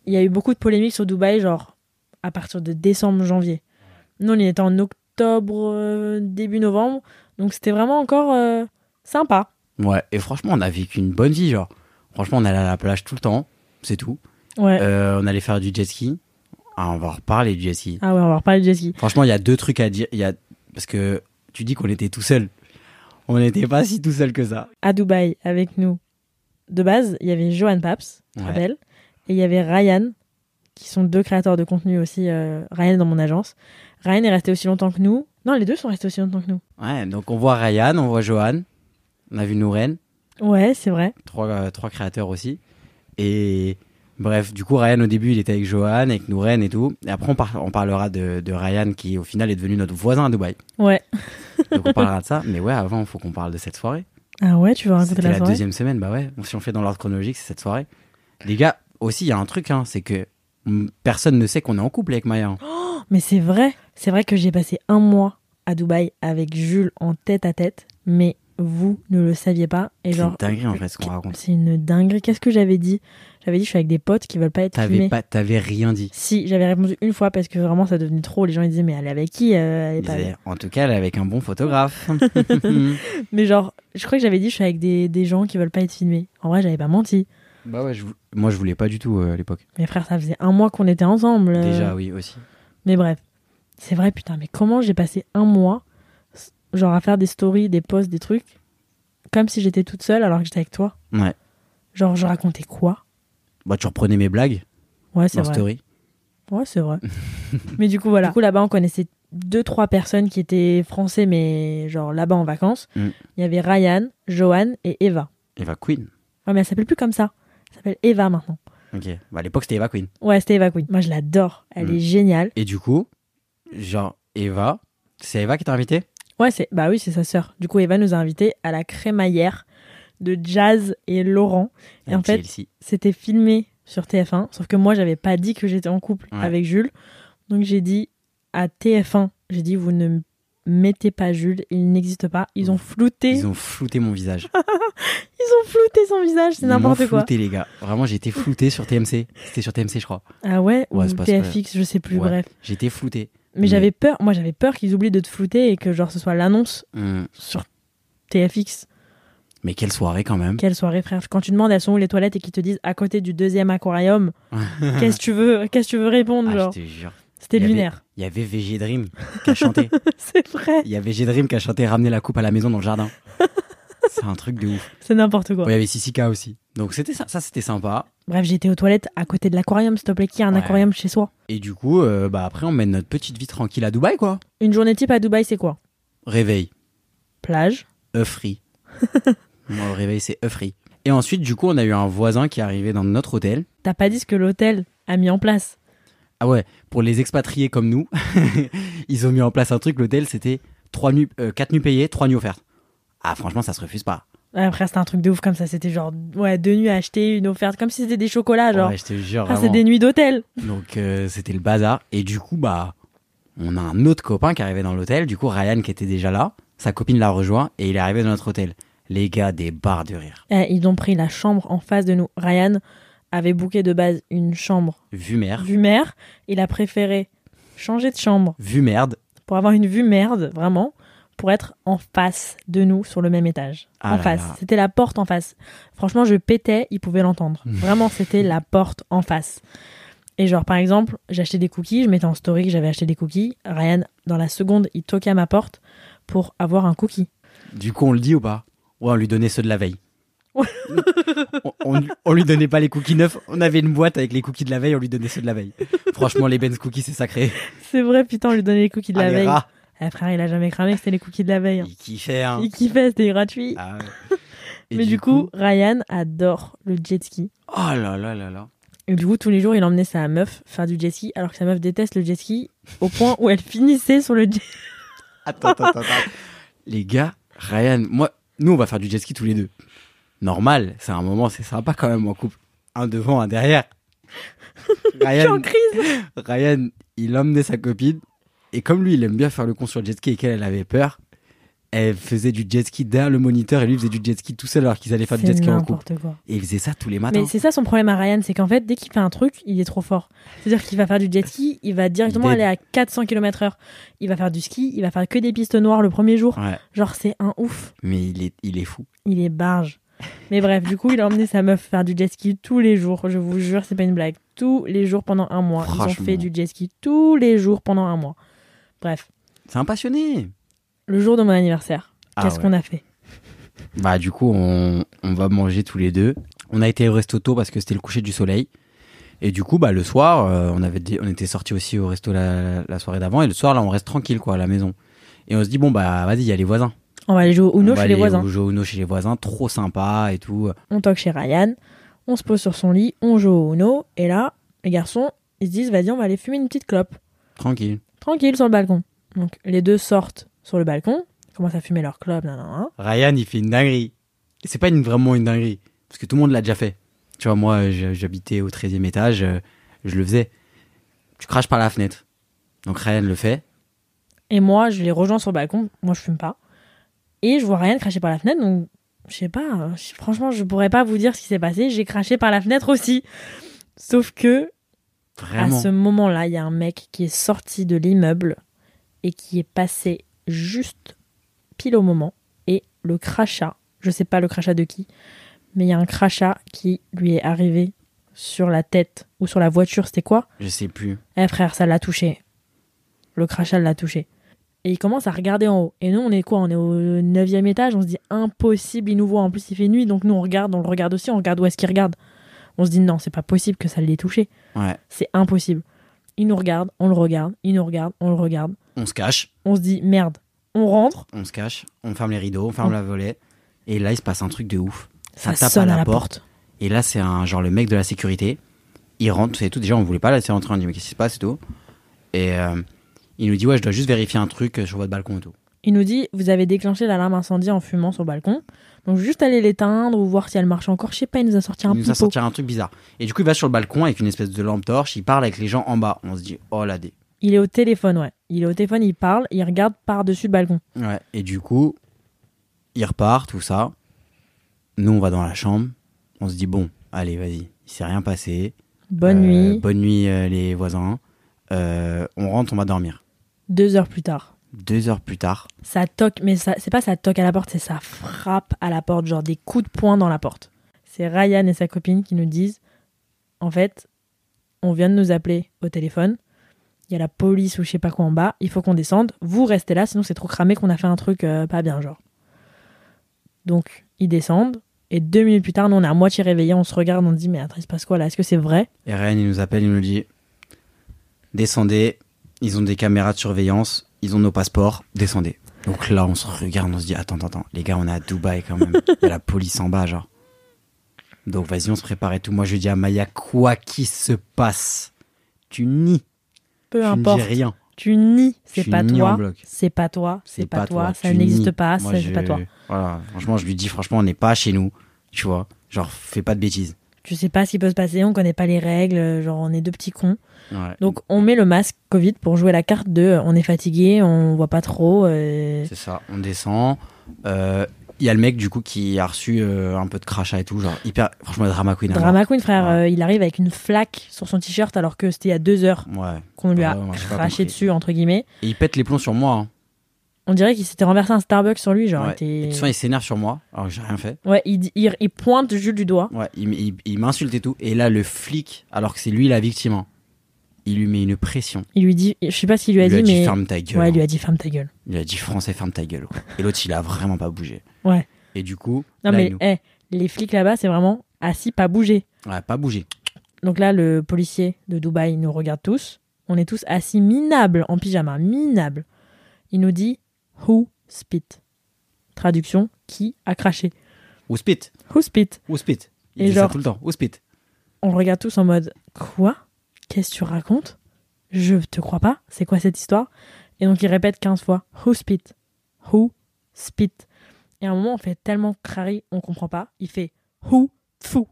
[SPEAKER 2] Il y a eu beaucoup de polémiques sur Dubaï, genre à partir de décembre, janvier. Nous, on y était en octobre, euh, début novembre, donc c'était vraiment encore euh, sympa.
[SPEAKER 1] Ouais, et franchement, on a vécu une bonne vie, genre. Franchement, on allait à la plage tout le temps, c'est tout.
[SPEAKER 2] Ouais.
[SPEAKER 1] Euh, on allait faire du jet ski. Ah, on va reparler du jet ski.
[SPEAKER 2] Ah ouais, on va reparler de jet ski.
[SPEAKER 1] Franchement, il y a deux trucs à dire. Il Y a... Parce que tu dis qu'on était tout seul. On n'était pas si tout seul que ça.
[SPEAKER 2] À Dubaï, avec nous, de base, il y avait Johan Paps, je te
[SPEAKER 1] Ouais.
[SPEAKER 2] rappelle, et il y avait Ryan, qui sont deux créateurs de contenu aussi, euh, Ryan dans mon agence. Ryan est resté aussi longtemps que nous. Non, les deux sont restés aussi longtemps que nous.
[SPEAKER 1] Ouais, donc on voit Ryan, on voit Johan, on a vu Nouren,
[SPEAKER 2] Ouais, c'est vrai.
[SPEAKER 1] trois, euh, trois créateurs aussi. Et bref, du coup, Ryan au début, il était avec Johan, avec Nouren et tout. Et après, on, par- on parlera de, de Ryan qui, au final, est devenu notre voisin à Dubaï.
[SPEAKER 2] Ouais.
[SPEAKER 1] Donc on parlera de ça. Mais ouais, avant, il faut qu'on parle de cette soirée.
[SPEAKER 2] Ah ouais, tu veux raconter
[SPEAKER 1] C'était
[SPEAKER 2] la
[SPEAKER 1] la,
[SPEAKER 2] soirée
[SPEAKER 1] deuxième semaine, bah ouais. Si on fait dans l'ordre chronologique, c'est cette soirée. Les gars, aussi, il y a un truc, hein, c'est que mm, personne ne sait qu'on est en couple avec Maya. hein.
[SPEAKER 2] Mais c'est vrai, c'est vrai que j'ai passé un mois à Dubaï avec Jules en tête à tête, mais vous ne le saviez pas. Et
[SPEAKER 1] C'est une
[SPEAKER 2] genre,
[SPEAKER 1] dinguerie, en fait, ce qu'on raconte.
[SPEAKER 2] c'est une dinguerie. Qu'est-ce que j'avais dit J'avais dit je suis avec des potes qui veulent pas être
[SPEAKER 1] T'avais
[SPEAKER 2] filmés.
[SPEAKER 1] pas, t'avais rien dit.
[SPEAKER 2] Si, j'avais répondu une fois parce que vraiment ça devenait trop. Les gens ils disaient mais elle est avec qui Euh, elle est
[SPEAKER 1] Il
[SPEAKER 2] pas avec-
[SPEAKER 1] disait, en tout cas, elle est avec un bon photographe.
[SPEAKER 2] Mais genre, je crois que j'avais dit je suis avec des, des gens qui veulent pas être filmés. En vrai, j'avais pas menti.
[SPEAKER 1] bah ouais, je vou- moi je voulais pas du tout euh, à l'époque.
[SPEAKER 2] Mes frères, ça faisait un mois qu'on était ensemble. euh,
[SPEAKER 1] Déjà, oui, aussi.
[SPEAKER 2] Mais bref, c'est vrai, putain, mais comment j'ai passé un mois, s- genre à faire des stories, des posts, des trucs, comme si j'étais toute seule alors que j'étais avec toi
[SPEAKER 1] Ouais.
[SPEAKER 2] Genre, je racontais quoi
[SPEAKER 1] Bah, tu reprenais mes blagues
[SPEAKER 2] Ouais, c'est
[SPEAKER 1] en
[SPEAKER 2] vrai.
[SPEAKER 1] story.
[SPEAKER 2] Ouais, c'est vrai. mais du coup, voilà. Du coup, là-bas, on connaissait deux, trois personnes qui étaient français, mais genre là-bas en vacances. Il
[SPEAKER 1] Mm.
[SPEAKER 2] y avait Ryan, Johan et Eva.
[SPEAKER 1] Eva Queen.
[SPEAKER 2] Ouais, mais elle s'appelle plus comme ça. Elle s'appelle Eva maintenant.
[SPEAKER 1] Ok. Bah, à l'époque, c'était Eva Queen.
[SPEAKER 2] Ouais, c'était Eva Queen. Moi, je l'adore. Elle
[SPEAKER 1] Mm.
[SPEAKER 2] est géniale.
[SPEAKER 1] Et du coup, genre, Eva, c'est Eva qui t'a invité
[SPEAKER 2] Ouais, c'est bah oui, c'est sa sœur. Du coup, Eva nous a invités à la crémaillère de Jazz et Laurent. Et en fait,
[SPEAKER 1] Ah, Chelsea.
[SPEAKER 2] c'était filmé sur TF1, sauf que moi, j'avais pas dit que j'étais en couple
[SPEAKER 1] Ouais.
[SPEAKER 2] avec Jules. Donc j'ai dit à TF1, j'ai dit vous ne mettez pas Jules, il n'existe pas. Ils ont flouté, ils
[SPEAKER 1] Ils
[SPEAKER 2] ont,
[SPEAKER 1] ont flouté mon visage.
[SPEAKER 2] flouté son visage, Ah, c'est
[SPEAKER 1] Ils m'ont
[SPEAKER 2] n'importe quoi.
[SPEAKER 1] flouté, les gars. Vraiment, j'ai été flouté sur TMC. C'était sur TMC, je crois.
[SPEAKER 2] Ah ouais,
[SPEAKER 1] Ouais,
[SPEAKER 2] ou
[SPEAKER 1] c'est pas-
[SPEAKER 2] TFX, je sais plus,
[SPEAKER 1] Ouais.
[SPEAKER 2] bref.
[SPEAKER 1] J'ai été flouté.
[SPEAKER 2] Mais,
[SPEAKER 1] Mais-
[SPEAKER 2] j'avais peur, moi j'avais peur qu'ils oublient de te flouter et que genre ce soit l'annonce
[SPEAKER 1] Hum.
[SPEAKER 2] sur TFX.
[SPEAKER 1] Mais quelle soirée quand même.
[SPEAKER 2] Quelle soirée, frère. Quand tu demandes elles sont où les toilettes et qu'ils te disent à côté du deuxième aquarium, qu'est-ce que tu veux, qu'est-ce que tu veux répondre,
[SPEAKER 1] Ah,
[SPEAKER 2] genre.
[SPEAKER 1] je te jure.
[SPEAKER 2] C'était
[SPEAKER 1] il y avait-
[SPEAKER 2] lunaire.
[SPEAKER 1] Il y avait VG Dream qui a chanté.
[SPEAKER 2] C'est vrai,
[SPEAKER 1] Il y avait VG Dream qui a chanté Ramener la coupe à la maison dans le jardin. C'est un truc de ouf.
[SPEAKER 2] c'est n'importe quoi.
[SPEAKER 1] Bon, il y avait Sissika aussi. Donc c'était ça, ça c'était sympa.
[SPEAKER 2] Bref, j'étais aux toilettes à côté de l'aquarium, s'il te plaît. Qui a un
[SPEAKER 1] Ouais.
[SPEAKER 2] aquarium chez soi
[SPEAKER 1] Et du coup, euh, bah après on mène notre petite vie tranquille à Dubaï quoi.
[SPEAKER 2] Une journée type à Dubaï, c'est quoi
[SPEAKER 1] Réveil,
[SPEAKER 2] Plage.
[SPEAKER 1] œuf frit. Moi le réveil c'est œuf frit. Et ensuite du coup on a eu un voisin qui est arrivé dans notre hôtel.
[SPEAKER 2] T'as pas dit ce que l'hôtel a mis en place
[SPEAKER 1] Ah ouais, pour les expatriés comme nous, ils ont mis en place un truc. L'hôtel c'était trois euh, nuits, 4 nuits payées, 3 nuits offertes. Ah franchement ça se refuse pas.
[SPEAKER 2] Après, c'était un truc de ouf comme ça. C'était genre, ouais, deux nuits à acheter, une offerte, comme si c'était des chocolats, genre.
[SPEAKER 1] Ouais, je te jure
[SPEAKER 2] ah, c'est
[SPEAKER 1] vraiment.
[SPEAKER 2] des nuits d'hôtel
[SPEAKER 1] Donc euh, c'était le bazar. Et du coup, bah, on a un autre copain qui arrivait dans l'hôtel. Du coup, Ryan qui était déjà là, sa copine l'a rejoint et il est arrivé dans notre hôtel. Les gars, des barres de rire.
[SPEAKER 2] Eh, Ils ont pris la chambre en face de nous. Ryan avait booké de base une chambre
[SPEAKER 1] Vue merde.
[SPEAKER 2] vue mer. Il a préféré changer de chambre
[SPEAKER 1] Vue merde.
[SPEAKER 2] pour avoir une vue merde, vraiment, pour être en face de nous sur le même étage.
[SPEAKER 1] Ah
[SPEAKER 2] en
[SPEAKER 1] là
[SPEAKER 2] face.
[SPEAKER 1] là.
[SPEAKER 2] C'était la porte en face. Franchement, je pétais, ils pouvaient l'entendre.
[SPEAKER 1] Hmm.
[SPEAKER 2] Vraiment, c'était la porte en face. Et genre, par exemple, j'achetais des cookies, je mettais en story que j'avais acheté des cookies. Ryan, dans la seconde, il toquait à ma porte pour avoir un cookie.
[SPEAKER 1] Du coup, on le dit ou pas Ouais, on lui donnait ceux de la veille. on, on, on lui donnait pas les cookies neufs. On avait une boîte avec les cookies de la veille, on lui donnait ceux de la veille. Franchement, les Ben's cookies, c'est sacré.
[SPEAKER 2] C'est vrai, putain, on lui donnait les cookies de
[SPEAKER 1] Ah,
[SPEAKER 2] la
[SPEAKER 1] les
[SPEAKER 2] veille.
[SPEAKER 1] rats,
[SPEAKER 2] Eh, frère, il a jamais cramé que c'était les cookies de la veille. hein.
[SPEAKER 1] ils kiffaient. hein.
[SPEAKER 2] Il kiffait, c'était gratuit.
[SPEAKER 1] Ah ouais. Et
[SPEAKER 2] Mais du coup, Ryan adore le jet ski.
[SPEAKER 1] Oh là là là là.
[SPEAKER 2] Et du coup, tous les jours, il emmenait sa meuf faire du jet ski, alors que sa meuf déteste le jet ski, au point où elle finissait sur le jet
[SPEAKER 1] Attends, attends, attends. attends. les gars, Ryan, moi, nous, on va faire du jet ski tous les deux. Normal, c'est un moment, c'est sympa quand même en couple. Un devant, un derrière.
[SPEAKER 2] Je suis en
[SPEAKER 1] Ryan,
[SPEAKER 2] crise.
[SPEAKER 1] Ryan, il emmenait sa copine. Et comme lui, il aime bien faire le con sur le jet ski et qu'elle elle avait peur, elle faisait du jet ski derrière le moniteur et lui faisait du jet ski tout seul alors qu'ils allaient faire du
[SPEAKER 2] C'est
[SPEAKER 1] jet ski en couple.
[SPEAKER 2] n'importe quoi.
[SPEAKER 1] Et il faisait ça tous les matins.
[SPEAKER 2] Mais c'est ça son problème à Ryan, c'est qu'en fait, dès qu'il fait un truc, il est trop fort. C'est-à-dire qu'il va faire du jet ski, il va directement
[SPEAKER 1] Dead.
[SPEAKER 2] aller à 400 km/h. Il va faire du ski, il va faire que des pistes noires le premier jour.
[SPEAKER 1] Ouais,
[SPEAKER 2] Genre, c'est un ouf.
[SPEAKER 1] mais il est, il est fou.
[SPEAKER 2] Il est barge. Mais bref, du coup, il a emmené sa meuf faire du jet ski tous les jours. Je vous jure, c'est pas une blague. Tous les jours pendant un mois. Ils ont
[SPEAKER 1] Franchement.
[SPEAKER 2] fait du jet ski tous les jours pendant un mois. Bref,
[SPEAKER 1] C'est un passionné.
[SPEAKER 2] le jour de mon anniversaire,
[SPEAKER 1] Ah
[SPEAKER 2] qu'est-ce
[SPEAKER 1] ouais.
[SPEAKER 2] qu'on a fait
[SPEAKER 1] Bah du coup on, on va manger tous les deux. On a été au resto tôt parce que c'était le coucher du soleil. Et du coup, bah, le soir, euh, on, avait dé- on était sortis aussi au resto la, la soirée d'avant. Et le soir, là, on reste tranquille, quoi, à la maison. Et on se dit, bon, bah, vas-y, il y a les voisins.
[SPEAKER 2] On va aller jouer au Uno
[SPEAKER 1] on va
[SPEAKER 2] chez les
[SPEAKER 1] aller
[SPEAKER 2] voisins.
[SPEAKER 1] au jeu Uno chez les voisins, trop sympa et tout.
[SPEAKER 2] On toque chez Ryan, on se pose sur son lit, on joue au Uno. Et là, les garçons, ils se disent, vas-y, on va aller fumer une petite clope.
[SPEAKER 1] Tranquille.
[SPEAKER 2] Tranquille sur le balcon. Donc les deux sortent sur le balcon, commencent à fumer leur clope, nan, nan, nan.
[SPEAKER 1] Ryan, il fait une dinguerie. Et C'est pas une, vraiment une dinguerie. Parce que tout le monde l'a déjà fait. Tu vois, moi, je- j'habitais au 13 e étage, euh, je le faisais. Tu craches par la fenêtre. Donc Ryan le fait.
[SPEAKER 2] Et moi, je les rejoins sur le balcon. Moi, je fume pas. Et je vois Ryan cracher par la fenêtre. Donc, je sais pas. euh, je- Franchement, je pourrais pas vous dire ce qui s'est passé. J'ai craché par la fenêtre aussi. Sauf que,
[SPEAKER 1] Vraiment.
[SPEAKER 2] à Ah, ce moment-là, il y a un mec qui est sorti de l'immeuble et qui est passé juste pile au moment. Et le crachat, je sais pas le crachat de qui, mais il y a un crachat qui lui est arrivé sur la tête ou sur la voiture. C'était quoi
[SPEAKER 1] Je sais plus.
[SPEAKER 2] eh frère, ça l'a touché. Le crachat l'a touché. Et il commence à regarder en haut. Et nous, on est quoi On est au 9 étage. On se dit impossible, il nous voit. En plus, il fait nuit. Donc nous, on regarde, on le regarde aussi. On regarde où est-ce qu'il regarde. On se dit non, c'est pas possible que ça l'ait touché.
[SPEAKER 1] Ouais.
[SPEAKER 2] C'est impossible. Il nous regarde, on le regarde, il nous regarde, on le regarde.
[SPEAKER 1] On se cache.
[SPEAKER 2] On se dit merde, on rentre.
[SPEAKER 1] On se cache. On ferme les rideaux. On ferme
[SPEAKER 2] On-
[SPEAKER 1] la volée. Et là, il se passe un truc de ouf. Ça, tape
[SPEAKER 2] sonne
[SPEAKER 1] à la, porte. Et là, c'est un genre le mec de la sécurité. Il rentre, c'est tout. Déjà, on voulait pas laisser rentrer. On dit, mais qu'est-ce qui se passe et tout. Et euh, il nous dit, ouais, je dois juste vérifier un truc euh, sur votre balcon et tout.
[SPEAKER 2] Il nous dit Vous avez déclenché l'alarme incendie en fumant sur le balcon. Donc juste aller l'éteindre ou voir si elle marche encore. Je sais pas, il nous a sorti un
[SPEAKER 1] il nous a
[SPEAKER 2] pipeau.
[SPEAKER 1] sorti un truc bizarre. Et du coup, il va sur le balcon avec une espèce de lampe torche, il parle avec les gens en bas. On se dit, oh la dé.
[SPEAKER 2] Il est au téléphone, ouais. Il est au téléphone, il parle, il regarde par-dessus le balcon.
[SPEAKER 1] Ouais. Et du coup, il repart, tout ça. Nous, on va dans la chambre. On se dit, bon, allez, vas-y, il s'est rien passé.
[SPEAKER 2] Bonne
[SPEAKER 1] Euh,
[SPEAKER 2] nuit.
[SPEAKER 1] Bonne nuit, euh, les voisins. Euh, on rentre, on va dormir.
[SPEAKER 2] Deux heures plus tard,
[SPEAKER 1] Deux heures plus tard,
[SPEAKER 2] ça toque, mais ça, c'est pas ça toque à la porte, c'est ça frappe à la porte, genre des coups de poing dans la porte. C'est Ryan et sa copine qui nous disent En fait, on vient de nous appeler au téléphone. Il y a la police ou je sais pas quoi en bas. Il faut qu'on descende. Vous restez là, sinon c'est trop cramé qu'on a fait un truc euh, pas bien, genre. Donc, ils descendent. Et deux minutes plus tard, nous, on est à moitié réveillés. On se regarde, on se dit Mais attends, il se passe quoi là Est-ce que c'est vrai
[SPEAKER 1] Et Ryan, il nous appelle, il nous dit Descendez, ils ont des caméras de surveillance, ils ont nos passeports, descendez. Donc là, on se regarde, on se dit Attends, attends, attends, les gars, on est à Dubaï quand même. Il y a la police en bas, genre. Donc vas-y, on se prépare et tout. Moi, je dis à Maya Quoi qu'il se passe, tu nies,
[SPEAKER 2] Peu
[SPEAKER 1] tu ne
[SPEAKER 2] importe.
[SPEAKER 1] dis rien.
[SPEAKER 2] Tu nies, c'est
[SPEAKER 1] Tu
[SPEAKER 2] pas,
[SPEAKER 1] nies en
[SPEAKER 2] toi,
[SPEAKER 1] bloc.
[SPEAKER 2] c'est pas toi, c'est pas toi, ça
[SPEAKER 1] tu nies.
[SPEAKER 2] n'existe pas,
[SPEAKER 1] Moi,
[SPEAKER 2] ça,
[SPEAKER 1] je-
[SPEAKER 2] c'est pas toi.
[SPEAKER 1] Voilà, franchement, je lui dis Franchement, on n'est pas chez nous, tu vois. Genre, fais pas de bêtises.
[SPEAKER 2] Tu sais pas ce qui peut se passer, on connaît pas les règles, euh, genre on est deux petits cons.
[SPEAKER 1] Ouais,
[SPEAKER 2] Donc on met le masque Covid pour jouer la carte de euh, on est fatigué, on voit pas trop. euh,
[SPEAKER 1] C'est ça, on descend. Euh, Il y a le mec du coup qui a reçu euh, un peu de crachat et tout, genre hyper. Franchement, drama queen. hein. à
[SPEAKER 2] Drama Queen, frère,
[SPEAKER 1] Ouais.
[SPEAKER 2] euh, il arrive avec une flaque sur son t-shirt alors que c'était il y a deux heures
[SPEAKER 1] mort. Ouais.
[SPEAKER 2] qu'on lui a
[SPEAKER 1] Bah Ouais, ouais, j'ai pas
[SPEAKER 2] craché
[SPEAKER 1] compris.
[SPEAKER 2] dessus, entre guillemets.
[SPEAKER 1] Et il pète les plombs sur moi. hein.
[SPEAKER 2] On dirait qu'il s'était renversé un Starbucks sur lui, genre.
[SPEAKER 1] Ouais.
[SPEAKER 2] il était-
[SPEAKER 1] Et de toute façon, il s'énerve sur moi, alors que j'ai rien fait.
[SPEAKER 2] Ouais, il, dit- il, il pointe Jules du doigt.
[SPEAKER 1] Ouais, il, m- il- il m'insulte et tout. Et là, le flic, alors que c'est lui la victime, hein, il lui met une pression.
[SPEAKER 2] Il lui dit, je sais pas s'il
[SPEAKER 1] Il
[SPEAKER 2] lui a dit, mais.
[SPEAKER 1] ferme ta gueule.
[SPEAKER 2] ouais, il lui
[SPEAKER 1] hein.
[SPEAKER 2] a dit ferme ta gueule.
[SPEAKER 1] il lui a dit français, ferme ta gueule. quoi. Et l'autre, il a vraiment pas bougé.
[SPEAKER 2] Ouais.
[SPEAKER 1] Et du coup,
[SPEAKER 2] Non
[SPEAKER 1] là,
[SPEAKER 2] mais
[SPEAKER 1] il nous-
[SPEAKER 2] eh, les flics là-bas, c'est vraiment assis, pas bouger.
[SPEAKER 1] ouais, pas bougé.
[SPEAKER 2] Donc là, le policier de Dubaï nous regarde tous. On est tous assis minables, en pyjama, minables. Il nous dit Who spit Traduction Qui a craché
[SPEAKER 1] Ou spit,
[SPEAKER 2] Who spit
[SPEAKER 1] ou spit. Il
[SPEAKER 2] Et
[SPEAKER 1] dit
[SPEAKER 2] genre-
[SPEAKER 1] ça tout le temps. Ou spit.
[SPEAKER 2] On le regarde tous en mode Quoi Qu'est-ce que tu racontes Je te crois pas. C'est quoi cette histoire Et donc il répète 15 fois Who spit Who spit Et à un moment, on fait tellement crari, on comprend pas. Il fait Who fou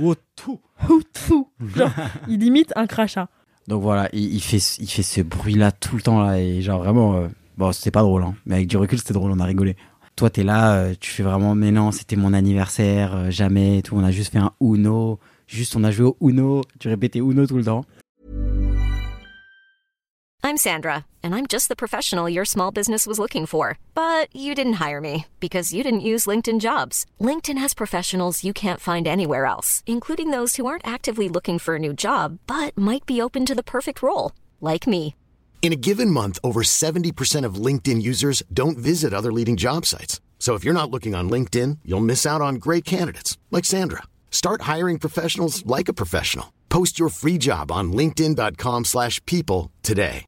[SPEAKER 1] Ou tout.
[SPEAKER 2] Who fou Genre, il imite un crachat.
[SPEAKER 1] Donc voilà, il, il fait, il fait ce bruit-là tout le temps, là, et genre vraiment, euh, bon, c'était pas drôle, hein, mais avec du recul, c'était drôle, on a rigolé. Toi, t'es là, euh, tu fais vraiment, mais non, c'était mon anniversaire, euh, jamais, et tout, on a juste fait un Uno, juste on a joué au Uno, tu répétais Uno tout le temps.
[SPEAKER 3] I'm Sandra, and I'm just the professional your small business was looking for. But you didn't hire me because you didn't use LinkedIn jobs. LinkedIn has professionals you can't find anywhere else, including those who aren't actively looking for a new job but might be open to the perfect role, like me.
[SPEAKER 4] In a given month, over 70% of LinkedIn users don't visit other leading job sites. So if you're not looking on LinkedIn, you'll miss out on great candidates like Sandra. Start hiring professionals like a professional. Post your free job on linkedin.com slash people today.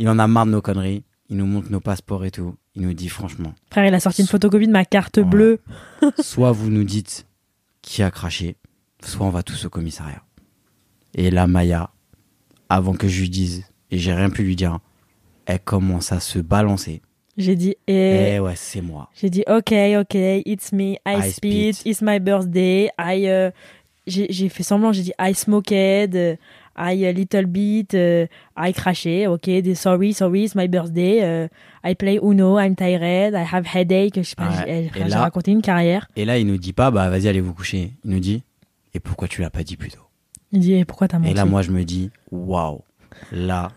[SPEAKER 1] Il en a marre de nos conneries. Il nous montre nos passeports et tout. Il nous dit franchement,
[SPEAKER 2] Frère, il a sorti une photocopie de ma carte
[SPEAKER 1] Ouais.
[SPEAKER 2] bleue.
[SPEAKER 1] soit vous nous dites qui a craché, soit on va tous au commissariat. Et là, Maya, avant que je lui dise, et j'ai rien pu lui dire, elle commence à se balancer.
[SPEAKER 2] J'ai dit,
[SPEAKER 1] Eh
[SPEAKER 2] eh.
[SPEAKER 1] ouais, c'est moi.
[SPEAKER 2] J'ai dit, ok, ok, it's me, I,
[SPEAKER 1] I
[SPEAKER 2] spit,
[SPEAKER 1] spit.
[SPEAKER 2] it's my birthday, I. euh, J'ai j'ai fait semblant, j'ai dit, I smoked, euh, I a little bit, euh, I crashed, ok, des sorry, sorry, it's my birthday, euh, I play Uno, I'm tired, I have headache, je sais pas,
[SPEAKER 1] Ouais,
[SPEAKER 2] j'ai-
[SPEAKER 1] et
[SPEAKER 2] j'ai
[SPEAKER 1] là-
[SPEAKER 2] raconté une carrière.
[SPEAKER 1] Et là, il nous dit pas, bah vas-y, allez vous coucher. Il nous dit, et pourquoi tu l'as pas dit plus tôt
[SPEAKER 2] Il dit, eh, pourquoi t'as menti
[SPEAKER 1] Et là, moi, je me dis, waouh, là,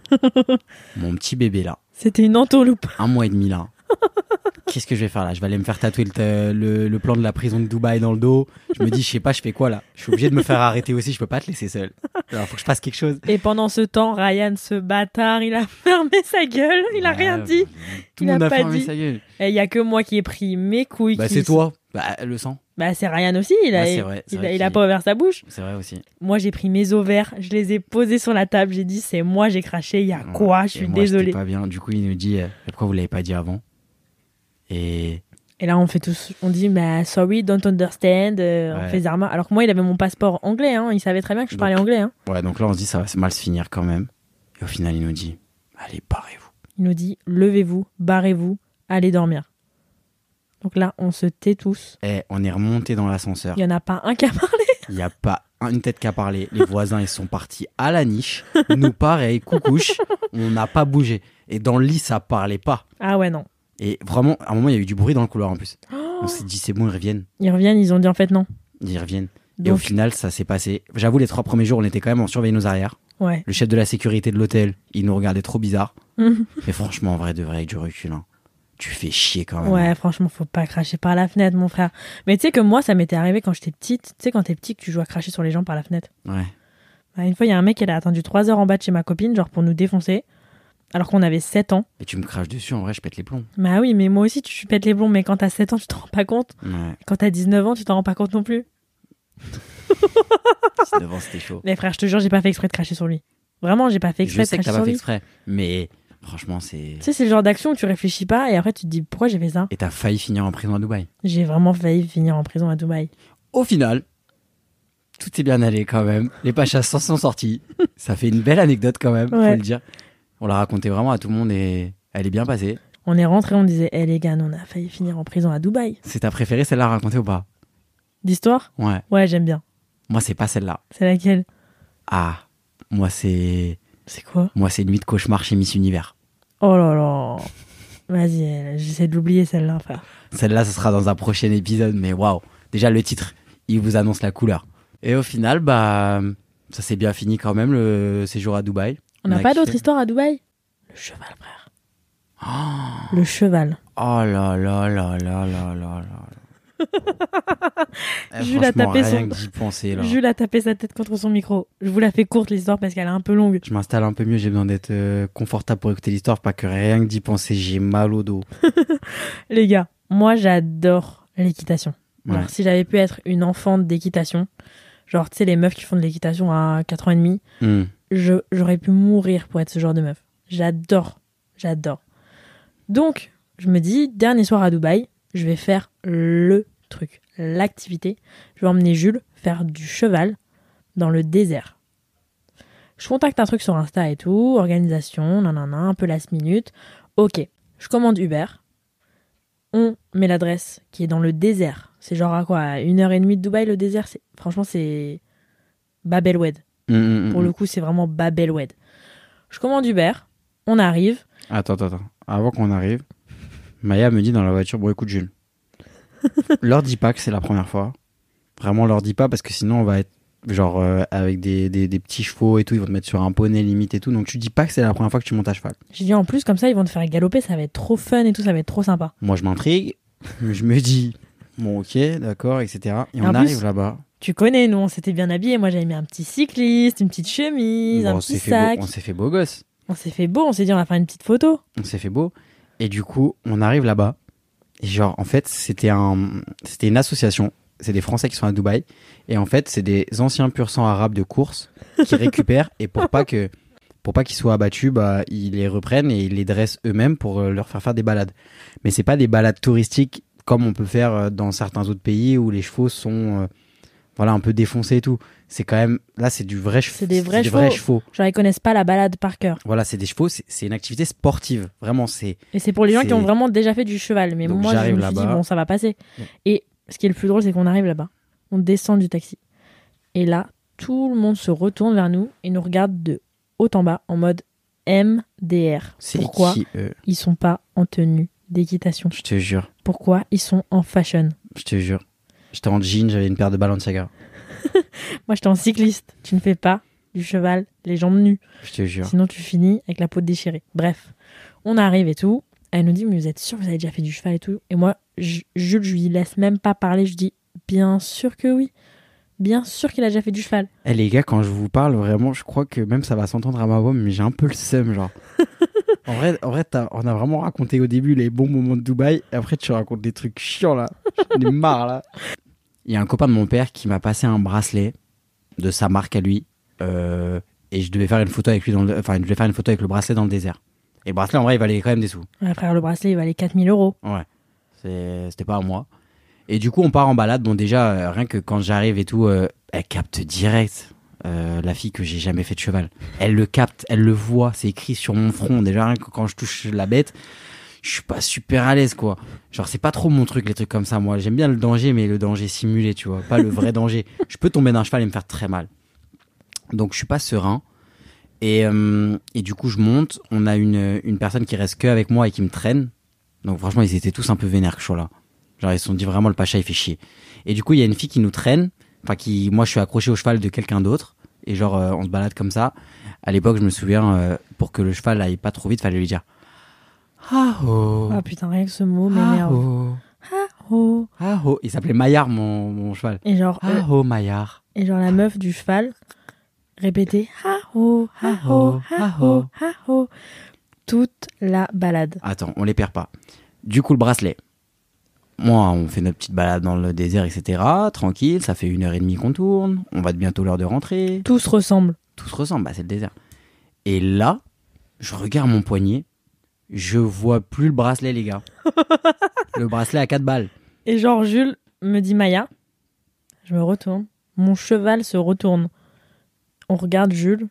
[SPEAKER 1] mon petit bébé là,
[SPEAKER 2] C'était une entourloupe.
[SPEAKER 1] un mois et demi là. Qu'est-ce que je vais faire là Je vais aller me faire tatouer le, le- le plan de la prison de Dubaï dans le dos. Je me dis, je sais pas, je fais quoi là Je suis obligé de me faire arrêter aussi, je peux pas te laisser seul. Alors, faut que je fasse quelque chose.
[SPEAKER 2] Et pendant ce temps, Ryan, ce bâtard, il a fermé sa gueule, il a rien
[SPEAKER 1] Ouais,
[SPEAKER 2] dit.
[SPEAKER 1] Tout
[SPEAKER 2] Il
[SPEAKER 1] le
[SPEAKER 2] a
[SPEAKER 1] monde a hein,
[SPEAKER 2] pas
[SPEAKER 1] fermé
[SPEAKER 2] dit.
[SPEAKER 1] sa gueule.
[SPEAKER 2] Et il y a que moi qui ai pris mes couilles.
[SPEAKER 1] Bah,
[SPEAKER 2] qui-
[SPEAKER 1] c'est toi. Bah, le sang.
[SPEAKER 2] Bah, c'est Ryan aussi, il a,
[SPEAKER 1] Ouais, c'est vrai, c'est
[SPEAKER 2] il, a-
[SPEAKER 1] vrai
[SPEAKER 2] il a
[SPEAKER 1] qu'il-
[SPEAKER 2] pas ouvert sa bouche.
[SPEAKER 1] C'est vrai aussi.
[SPEAKER 2] Moi, j'ai pris mes ovaires, je les ai posés sur la table, j'ai dit, c'est moi, j'ai craché, il y a Ah, quoi, je
[SPEAKER 1] Et
[SPEAKER 2] suis
[SPEAKER 1] moi, j'étais
[SPEAKER 2] désolée.
[SPEAKER 1] pas bien. Du coup, il nous dit, euh, pourquoi vous l'avez pas dit avant Et
[SPEAKER 2] Et là, on fait tous, on dit, bah, sorry, don't understand, euh, on
[SPEAKER 1] Ouais.
[SPEAKER 2] fait Zarma. Alors que moi, il avait mon passeport anglais, hein, il savait très bien que je
[SPEAKER 1] Donc-
[SPEAKER 2] parlais anglais. Hein.
[SPEAKER 1] ouais, donc là, on se dit, ça va mal se finir quand même. Et au final, il nous dit, allez, barrez-vous.
[SPEAKER 2] Il nous dit, levez-vous, barrez-vous, allez dormir. Donc là, on se tait tous.
[SPEAKER 1] Eh, on est remonté dans l'ascenseur.
[SPEAKER 2] Il y en a pas un qui a parlé.
[SPEAKER 1] Il n'y a pas une tête qui a parlé. Les voisins, ils sont partis à la niche. Nous, pareil, coucouche. On n'a pas bougé. Et dans le lit, ça parlait pas.
[SPEAKER 2] Ah ouais, non.
[SPEAKER 1] Et vraiment, à un moment, il y a eu du bruit dans le couloir en plus. On s'est dit, c'est bon, ils reviennent.
[SPEAKER 2] Ils reviennent, ils ont dit en fait non.
[SPEAKER 1] Ils reviennent. Et au
[SPEAKER 2] Donc,
[SPEAKER 1] final, ça s'est passé. J'avoue, les trois premiers jours, on était quand même en surveille nos arrières.
[SPEAKER 2] ouais.
[SPEAKER 1] Le chef de la sécurité de l'hôtel, il nous regardait trop bizarre.
[SPEAKER 2] Mhm.
[SPEAKER 1] Mais franchement, en vrai, de vrai, avec du recul, hein, tu fais chier quand même.
[SPEAKER 2] Ouais, franchement, faut pas cracher par la fenêtre, mon frère. Mais tu sais que moi, ça m'était arrivé quand j'étais petite. Tu sais, quand t'es petit, que tu joues à cracher sur les gens par la fenêtre.
[SPEAKER 1] Ouais.
[SPEAKER 2] Bah, une fois, il y a un mec, il a attendu 3 heures en bas de chez ma copine, genre pour nous défoncer, alors qu'on avait 7 ans.
[SPEAKER 1] Et tu me craches dessus, en vrai, je pète les plombs.
[SPEAKER 2] Bah oui, mais moi aussi, tu pètes les blonds, mais quand t'as 7 ans, tu t'en rends pas compte.
[SPEAKER 1] Ouais.
[SPEAKER 2] Quand t'as 19 ans, tu t'en rends pas compte non plus.
[SPEAKER 1] 19 ans, c'était chaud.
[SPEAKER 2] Mais frère, je te jure, j'ai pas fait exprès de cracher sur lui. Vraiment, j'ai pas fait
[SPEAKER 1] Je
[SPEAKER 2] exprès
[SPEAKER 1] sais
[SPEAKER 2] de
[SPEAKER 1] que t'as
[SPEAKER 2] cracher
[SPEAKER 1] pas
[SPEAKER 2] sur
[SPEAKER 1] fait
[SPEAKER 2] lui.
[SPEAKER 1] exprès. Mais franchement, c'est.
[SPEAKER 2] Tu sais, c'est le genre d'action où tu réfléchis pas et après tu te dis pourquoi j'ai fait ça.
[SPEAKER 1] Et t'as failli finir en prison à Dubaï.
[SPEAKER 2] J'ai vraiment failli finir en prison à Dubaï.
[SPEAKER 1] Au final, tout est bien allé quand même. Les Pachas s'en sont sortis. Ça fait une belle anecdote quand même,
[SPEAKER 2] Ouais.
[SPEAKER 1] faut le dire. On l'a raconté vraiment à tout le monde et elle est bien passée.
[SPEAKER 2] On est rentré, on disait, eh les gars, nous, on a failli finir en prison à Dubaï.
[SPEAKER 1] C'est ta préférée, celle-là à raconter ou pas
[SPEAKER 2] D'histoire
[SPEAKER 1] Ouais.
[SPEAKER 2] Ouais, j'aime bien.
[SPEAKER 1] Moi, c'est pas celle-là.
[SPEAKER 2] C'est laquelle
[SPEAKER 1] Ah, moi, c'est.
[SPEAKER 2] C'est quoi
[SPEAKER 1] Moi, c'est Nuit de cauchemar chez Miss Univers.
[SPEAKER 2] Oh là là. Vas-y, elle, j'essaie de l'oublier celle-là, frère.
[SPEAKER 1] Celle-là, ce sera dans un prochain épisode, mais waouh. Déjà, le titre, il vous annonce la couleur. Et au final, bah. Ça s'est bien fini quand même, le séjour à Dubaï.
[SPEAKER 2] On n'a
[SPEAKER 1] a
[SPEAKER 2] pas
[SPEAKER 1] kiffé.
[SPEAKER 2] d'autre histoire à Dubaï Le cheval, frère. Le cheval.
[SPEAKER 1] Oh là là là là là là là là. Eh,
[SPEAKER 2] Jules a
[SPEAKER 1] franchement,
[SPEAKER 2] tapé
[SPEAKER 1] rien
[SPEAKER 2] son-
[SPEAKER 1] que d'y penser là.
[SPEAKER 2] Jules a tapé sa tête contre son micro. Je vous la fais courte l'histoire parce qu'elle est un peu longue.
[SPEAKER 1] Je m'installe un peu mieux, j'ai besoin d'être euh, confortable pour écouter l'histoire, pas que rien que d'y penser, j'ai mal au dos.
[SPEAKER 2] Les gars, moi j'adore l'équitation. Genre,
[SPEAKER 1] Ouais.
[SPEAKER 2] si j'avais pu être une enfant d'équitation, genre tu sais les meufs qui font de l'équitation à 4 ans et demi,
[SPEAKER 1] Hmm.
[SPEAKER 2] je- j'aurais pu mourir pour être ce genre de meuf. J'adore, j'adore. Donc, je me dis, dernier soir à Dubaï, je vais faire le truc, l'activité. Je vais emmener Jules faire du cheval dans le désert. Je contacte un truc sur Insta et tout, organisation, nanana, un peu last minute. Ok, je commande Uber. On met l'adresse qui est dans le désert. C'est genre à quoi à Une heure et demie de Dubaï, le désert c'est- Franchement, c'est Babelwed.
[SPEAKER 1] Hmm, hmm, hmm.
[SPEAKER 2] Pour le coup, c'est vraiment Babelwed. Je commande Uber, on arrive.
[SPEAKER 1] Attends, attends, attends. Avant qu'on arrive, Maya me dit dans la voiture, bon écoute Jules, leur dis pas que c'est la première fois. Vraiment, leur dis pas parce que sinon on va être genre euh, avec des, des- des petits chevaux et tout, ils vont te mettre sur un poney limite et tout. Donc tu dis pas que c'est la première fois que tu montes à cheval.
[SPEAKER 2] J'ai dit en plus, comme ça, ils vont te faire galoper, ça va être trop fun et tout, ça va être trop sympa.
[SPEAKER 1] Moi, je m'intrigue. je me dis, bon, ok, d'accord, etc. Et
[SPEAKER 2] En
[SPEAKER 1] on
[SPEAKER 2] plus,
[SPEAKER 1] arrive là-bas.
[SPEAKER 2] Tu connais, nous, on s'était bien habillés. Moi, j'avais mis un petit cycliste, une petite chemise,
[SPEAKER 1] Bon,
[SPEAKER 2] un
[SPEAKER 1] on s'est
[SPEAKER 2] petit
[SPEAKER 1] fait, beau-
[SPEAKER 2] sac.
[SPEAKER 1] on s'est fait beau gosse.
[SPEAKER 2] On s'est fait beau, on s'est dit, on va faire une petite photo.
[SPEAKER 1] On s'est fait beau. Et du coup, on arrive là-bas. Et genre, en fait, c'était un, c'était une association c'est des Français qui sont à Dubaï. Et en fait, c'est des anciens pur sang arabes de course qui récupèrent. et pour pas que pour pas qu'ils soient abattus, bah, ils les reprennent et ils les dressent eux-mêmes pour euh, leur faire faire des balades. Mais c'est pas des balades touristiques comme on peut faire euh, dans certains autres pays où les chevaux sont euh, voilà, un peu défoncés et tout. C'est quand même. Là, c'est du vrai chevaux.
[SPEAKER 2] C'est des vrais chevaux. Genre, ils connaissent pas la balade par cœur.
[SPEAKER 1] Voilà, c'est des chevaux. C'est c'est une activité sportive. Vraiment, c'est.
[SPEAKER 2] Et c'est pour les gens qui
[SPEAKER 1] C'est-
[SPEAKER 2] ont vraiment déjà fait du cheval. Mais
[SPEAKER 1] Donc,
[SPEAKER 2] moi, je
[SPEAKER 1] j'arrive
[SPEAKER 2] me suis dit,
[SPEAKER 1] là-bas.
[SPEAKER 2] bon, ça va passer.
[SPEAKER 1] Ouais.
[SPEAKER 2] Et ce qui est le plus drôle, c'est qu'on arrive là-bas. On descend du taxi. Et là, tout le monde se retourne vers nous et nous regarde de haut en bas en mode MDR.
[SPEAKER 1] c'est
[SPEAKER 2] Pourquoi
[SPEAKER 1] qui, eux
[SPEAKER 2] ils sont pas en tenue d'équitation
[SPEAKER 1] Je te jure.
[SPEAKER 2] Pourquoi ils sont en fashion
[SPEAKER 1] Je te jure. J'étais en jean, j'avais une paire de Balenciaga.
[SPEAKER 2] Moi, j'étais en cycliste. Tu ne fais pas du cheval les jambes nues.
[SPEAKER 1] Je te jure.
[SPEAKER 2] Sinon, tu finis avec la peau déchirée. Bref, on arrive et tout. Elle nous dit, mais vous êtes sûr que vous avez déjà fait du cheval et tout Et moi, J- Jules, je lui laisse même pas parler. Je dis, bien sûr que oui. Bien sûr qu'il a déjà fait du cheval.
[SPEAKER 1] Eh les gars, quand je vous parle, vraiment, je crois que même ça va s'entendre à ma voix, mais j'ai un peu le seum, genre. en vrai, en vrai t'as- on a vraiment raconté au début les bons moments de Dubaï, et après tu racontes des trucs chiants, là. J'en ai marre, là. Il y a un copain de mon père qui m'a passé un bracelet de sa marque à lui, euh, et je devais faire une photo avec lui dans le... Enfin, je devais faire une photo avec le bracelet dans le désert. Et le bracelet, en vrai, il valait quand même des sous.
[SPEAKER 2] Ouais, Euh, frère, le bracelet, il valait 4000 euros.
[SPEAKER 1] Ouais. C'est- C'était pas à moi. Et du coup, on part en balade. Bon, déjà, euh, rien que quand j'arrive et tout, euh, elle capte direct euh, la fille que j'ai jamais fait de cheval. Elle le capte, elle le voit, c'est écrit sur mon front. Déjà, rien que quand je touche la bête, je suis pas super à l'aise, quoi. Genre, c'est pas trop mon truc, les trucs comme ça, moi. J'aime bien le danger, mais le danger simulé, tu vois. Pas le vrai danger. Je peux tomber d'un cheval et me faire très mal. Donc, je suis pas serein. Et, euh, et du coup, je monte. On a une, une personne qui reste que avec moi et qui me traîne. Donc franchement, ils étaient tous un peu vénères que je sois là. Genre ils se sont dit vraiment le pacha il fait chier. Et du coup, il y a une fille qui nous traîne, enfin qui moi je suis accroché au cheval de quelqu'un d'autre et genre euh, on se balade comme ça. À l'époque, je me souviens euh, pour que le cheval aille pas trop vite, fallait lui dire Ah oh.
[SPEAKER 2] Ah putain, rien que ce mot
[SPEAKER 1] Ah
[SPEAKER 2] m'énerve.
[SPEAKER 1] oh.
[SPEAKER 2] Oh.
[SPEAKER 1] Ah oh. Il s'appelait Maillard mon, mon cheval.
[SPEAKER 2] Et genre, euh,
[SPEAKER 1] Ah oh Maillard.
[SPEAKER 2] et genre la meuf du cheval répétait ah, oh, ha ho
[SPEAKER 1] Ah,
[SPEAKER 2] ha
[SPEAKER 1] oh.
[SPEAKER 2] ho ha ho ha ho oh, ah, toute la balade.
[SPEAKER 1] Attends, on les perd pas. Du coup, le bracelet. Moi, on fait notre petite balade dans le désert, etc. Tranquille, ça fait une heure et demie qu'on tourne. On va de bientôt l'heure de rentrer.
[SPEAKER 2] Tous ressemblent.
[SPEAKER 1] tout se ressemble, bah, c'est le désert. Et là, je regarde mon poignet, je vois plus le bracelet, les gars. le bracelet à 4 balles.
[SPEAKER 2] Et genre Jules me dit Maya, je me retourne, mon cheval se retourne. On regarde Jules,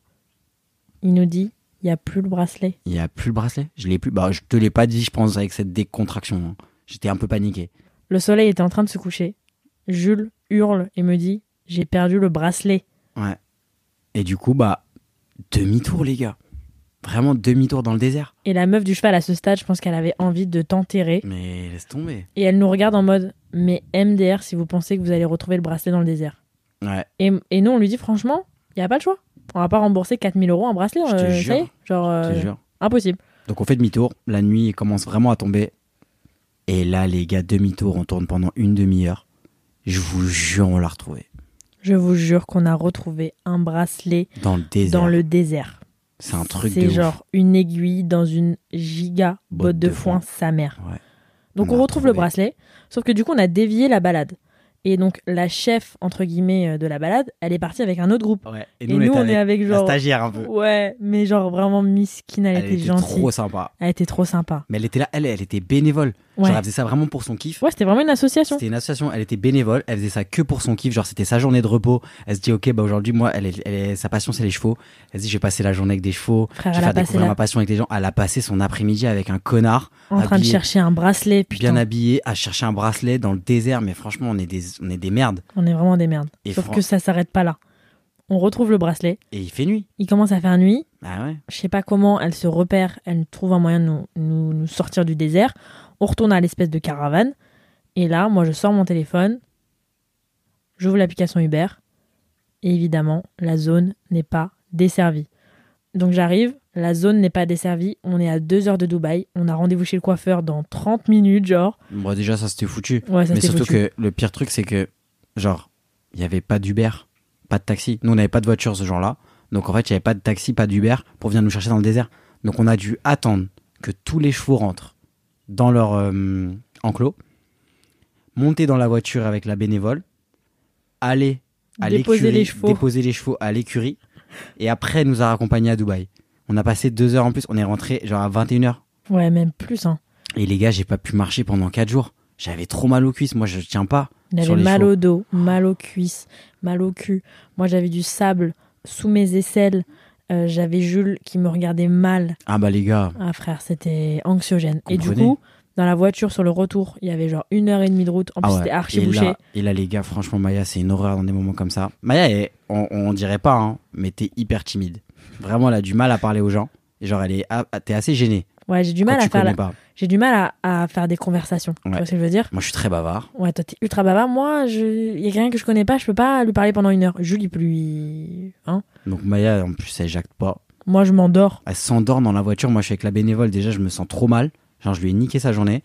[SPEAKER 2] il nous dit il y a plus le bracelet.
[SPEAKER 1] Il n'y a plus le bracelet Je l'ai plus. Bah, je te l'ai pas dit, je pense, avec cette décontraction. hein. J'étais un peu paniqué.
[SPEAKER 2] Le soleil était en train de se coucher. Jules hurle et me dit j'ai perdu le bracelet.
[SPEAKER 1] Ouais. Et du coup, bah, demi-tour, les gars. Vraiment demi-tour dans le désert.
[SPEAKER 2] Et la meuf du cheval à ce stade, je pense qu'elle avait envie de t'enterrer.
[SPEAKER 1] Mais laisse tomber.
[SPEAKER 2] Et elle nous regarde en mode mais MDR si vous pensez que vous allez retrouver le bracelet dans le désert.
[SPEAKER 1] Ouais.
[SPEAKER 2] Et, et nous on lui dit franchement, il y a pas le choix. On va pas rembourser 4000 euros en bracelet.
[SPEAKER 1] Je te
[SPEAKER 2] euh,
[SPEAKER 1] jure.
[SPEAKER 2] ça y est, genre
[SPEAKER 1] Je te
[SPEAKER 2] euh,
[SPEAKER 1] jure.
[SPEAKER 2] impossible.
[SPEAKER 1] Donc on fait demi-tour, la nuit commence vraiment à tomber. Et là, les gars, demi-tour, on tourne pendant une demi-heure. Je vous jure, on l'a retrouvé.
[SPEAKER 2] Je vous jure qu'on a retrouvé un bracelet
[SPEAKER 1] Dans le désert.
[SPEAKER 2] dans le désert.
[SPEAKER 1] C'est un truc de
[SPEAKER 2] C'est
[SPEAKER 1] ouf.
[SPEAKER 2] genre une aiguille dans une giga botte, de, foin, sa mère.
[SPEAKER 1] Ouais.
[SPEAKER 2] Donc
[SPEAKER 1] On
[SPEAKER 2] on,
[SPEAKER 1] a
[SPEAKER 2] retrouve le
[SPEAKER 1] retrouvé.
[SPEAKER 2] bracelet, sauf que du coup on a dévié la balade. Et donc la chef entre guillemets euh, de la balade, elle est partie avec un autre groupe. Et nous, on est avec genre
[SPEAKER 1] stagiaire un peu.
[SPEAKER 2] ouais, mais genre vraiment miskine, elle,
[SPEAKER 1] Elle,
[SPEAKER 2] était
[SPEAKER 1] était
[SPEAKER 2] gentille,
[SPEAKER 1] trop sympa.
[SPEAKER 2] elle était trop sympa.
[SPEAKER 1] Mais elle était là, elle, elle était bénévole.
[SPEAKER 2] Ouais,
[SPEAKER 1] Genre, elle faisait ça vraiment pour son kiff.
[SPEAKER 2] ouais c'était vraiment une association.
[SPEAKER 1] C'était une association, elle était bénévole, elle faisait ça que pour son kiff. Genre, c'était sa journée de repos. Elle se dit, ok, bah aujourd'hui, moi, elle, est- elle est- sa passion, c'est les chevaux. Elle se dit, je vais passer la journée avec des chevaux.
[SPEAKER 2] Frère,
[SPEAKER 1] je vais
[SPEAKER 2] elle a
[SPEAKER 1] faire
[SPEAKER 2] passé
[SPEAKER 1] découvrir
[SPEAKER 2] la-
[SPEAKER 1] ma passion avec les gens. Elle a passé son après-midi avec un connard.
[SPEAKER 2] En train de
[SPEAKER 1] habillé-
[SPEAKER 2] chercher un bracelet, putain.
[SPEAKER 1] Bien habillé, à chercher un bracelet dans le désert. Mais franchement, on est des, on est des merdes.
[SPEAKER 2] On est vraiment des merdes.
[SPEAKER 1] Et
[SPEAKER 2] sauf
[SPEAKER 1] fran-
[SPEAKER 2] que ça s'arrête pas là. On retrouve le bracelet,
[SPEAKER 1] Et il fait nuit.
[SPEAKER 2] il commence à faire nuit,
[SPEAKER 1] Ah ouais.
[SPEAKER 2] je sais pas comment, elle se repère, elle trouve un moyen de nous, nous- nous sortir du désert. On retourne à l'espèce de caravane. Et là, moi, je sors mon téléphone, j'ouvre l'application Uber. Et évidemment, la zone n'est pas desservie. Donc j'arrive, la zone n'est pas desservie, on est à 2 heures de Dubaï, on a rendez-vous chez le coiffeur dans 30 minutes, genre.
[SPEAKER 1] Bon, déjà, ça, c'était foutu.
[SPEAKER 2] Ouais, ça
[SPEAKER 1] mais
[SPEAKER 2] c'était
[SPEAKER 1] surtout
[SPEAKER 2] foutu.
[SPEAKER 1] que le pire truc, c'est que, genre, il n'y avait pas d'Uber, pas de taxi. Nous, on n'avait pas de voiture, ce genre-là. Donc, en fait, il n'y avait pas de taxi, pas d'Uber pour venir nous chercher dans le désert. Donc, on a dû attendre que tous les chevaux rentrent dans leur euh, enclos, monter dans la voiture avec la bénévole, aller à
[SPEAKER 2] Déposer
[SPEAKER 1] l'écurie-
[SPEAKER 2] les chevaux.
[SPEAKER 1] déposer les chevaux à l'écurie. Et après, elle nous a raccompagnés à Dubaï. On a passé deux heures en plus. On est rentré genre à 21h.
[SPEAKER 2] Ouais, même plus. Hein.
[SPEAKER 1] Et les gars, j'ai pas pu marcher pendant quatre jours. J'avais trop mal aux cuisses. Moi, je tiens pas.
[SPEAKER 2] Il
[SPEAKER 1] sur
[SPEAKER 2] avait
[SPEAKER 1] les
[SPEAKER 2] mal
[SPEAKER 1] chevaux.
[SPEAKER 2] au dos, mal aux cuisses, mal au cul. Moi, j'avais du sable sous mes aisselles. Euh, j'avais Jules qui me regardait mal.
[SPEAKER 1] Ah bah les gars,
[SPEAKER 2] Ah, frère, c'était anxiogène. Et du
[SPEAKER 1] Comprenez.
[SPEAKER 2] coup, dans la voiture sur le retour, il y avait genre une heure et demie de route. En
[SPEAKER 1] Ah
[SPEAKER 2] plus,
[SPEAKER 1] ouais.
[SPEAKER 2] c'était archi
[SPEAKER 1] et,
[SPEAKER 2] bouché.
[SPEAKER 1] là, et là, les gars, franchement, Maya, c'est une horreur dans des moments comme ça. Maya, est- on, on dirait pas, hein, mais t'es hyper timide. Vraiment, elle a du mal à parler aux gens. Et genre, elle est, ah, t'es assez gênée
[SPEAKER 2] Ouais, j'ai du
[SPEAKER 1] quand
[SPEAKER 2] mal à
[SPEAKER 1] tu
[SPEAKER 2] faire
[SPEAKER 1] connais
[SPEAKER 2] la-
[SPEAKER 1] pas.
[SPEAKER 2] j'ai du mal à, à faire des conversations. Tu
[SPEAKER 1] Ouais.
[SPEAKER 2] vois ce que je veux dire
[SPEAKER 1] Moi, je suis très bavard.
[SPEAKER 2] Ouais, toi t'es ultra bavard. Moi, je... y a quelqu'un que je connais pas, je peux pas lui parler pendant une heure. Jules, il peut lui, hein
[SPEAKER 1] Donc Maya, en plus, elle jacte pas.
[SPEAKER 2] Moi, je m'endors.
[SPEAKER 1] Elle s'endort dans la voiture. Moi, je suis avec la bénévole. Déjà, je me sens trop mal. Genre, je lui ai niqué sa journée.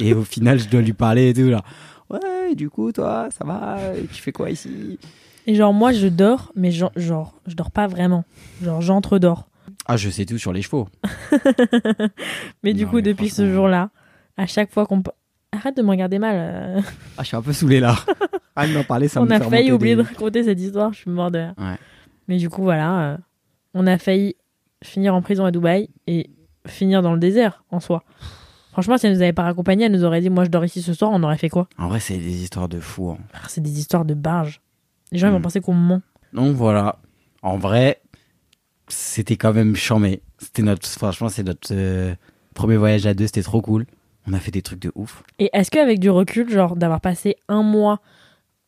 [SPEAKER 1] Et au final, je dois lui parler et tout. Là. Ouais, et du coup, toi, ça va Et Tu fais quoi ici
[SPEAKER 2] Et genre, moi, je dors, mais genre, genre je dors pas vraiment. Genre, j'entre-dors.
[SPEAKER 1] Ah, je sais tout sur les chevaux.
[SPEAKER 2] Mais du
[SPEAKER 1] Non,
[SPEAKER 2] coup,
[SPEAKER 1] mais
[SPEAKER 2] depuis ce
[SPEAKER 1] franchement-
[SPEAKER 2] jour-là, à chaque fois qu'on. pa- Arrête de me regarder mal. euh,
[SPEAKER 1] Ah, je suis un peu saoulé là. Ah, de m'en parler, ça me
[SPEAKER 2] on a
[SPEAKER 1] fait
[SPEAKER 2] failli
[SPEAKER 1] remonter
[SPEAKER 2] oublier
[SPEAKER 1] des-
[SPEAKER 2] de raconter cette histoire, je suis mort de rire.
[SPEAKER 1] Ouais.
[SPEAKER 2] Mais du coup, voilà, euh, on a failli finir en prison à Dubaï et finir dans le désert en soi. Franchement, si elle nous avait pas raccompagnés, elle nous aurait dit Moi, je dors ici ce soir, on aurait fait quoi
[SPEAKER 1] En vrai, c'est des histoires de fous. hein.
[SPEAKER 2] Ah, C'est des histoires de barge. Les gens, ils vont
[SPEAKER 1] Mm.
[SPEAKER 2] penser qu'on ment.
[SPEAKER 1] Donc voilà. En vrai, c'était quand même charmé. C'était notre, franchement, c'est notre euh, premier voyage à deux. C'était trop cool. On a fait des trucs de ouf.
[SPEAKER 2] Et est-ce qu'avec du recul, genre d'avoir passé un mois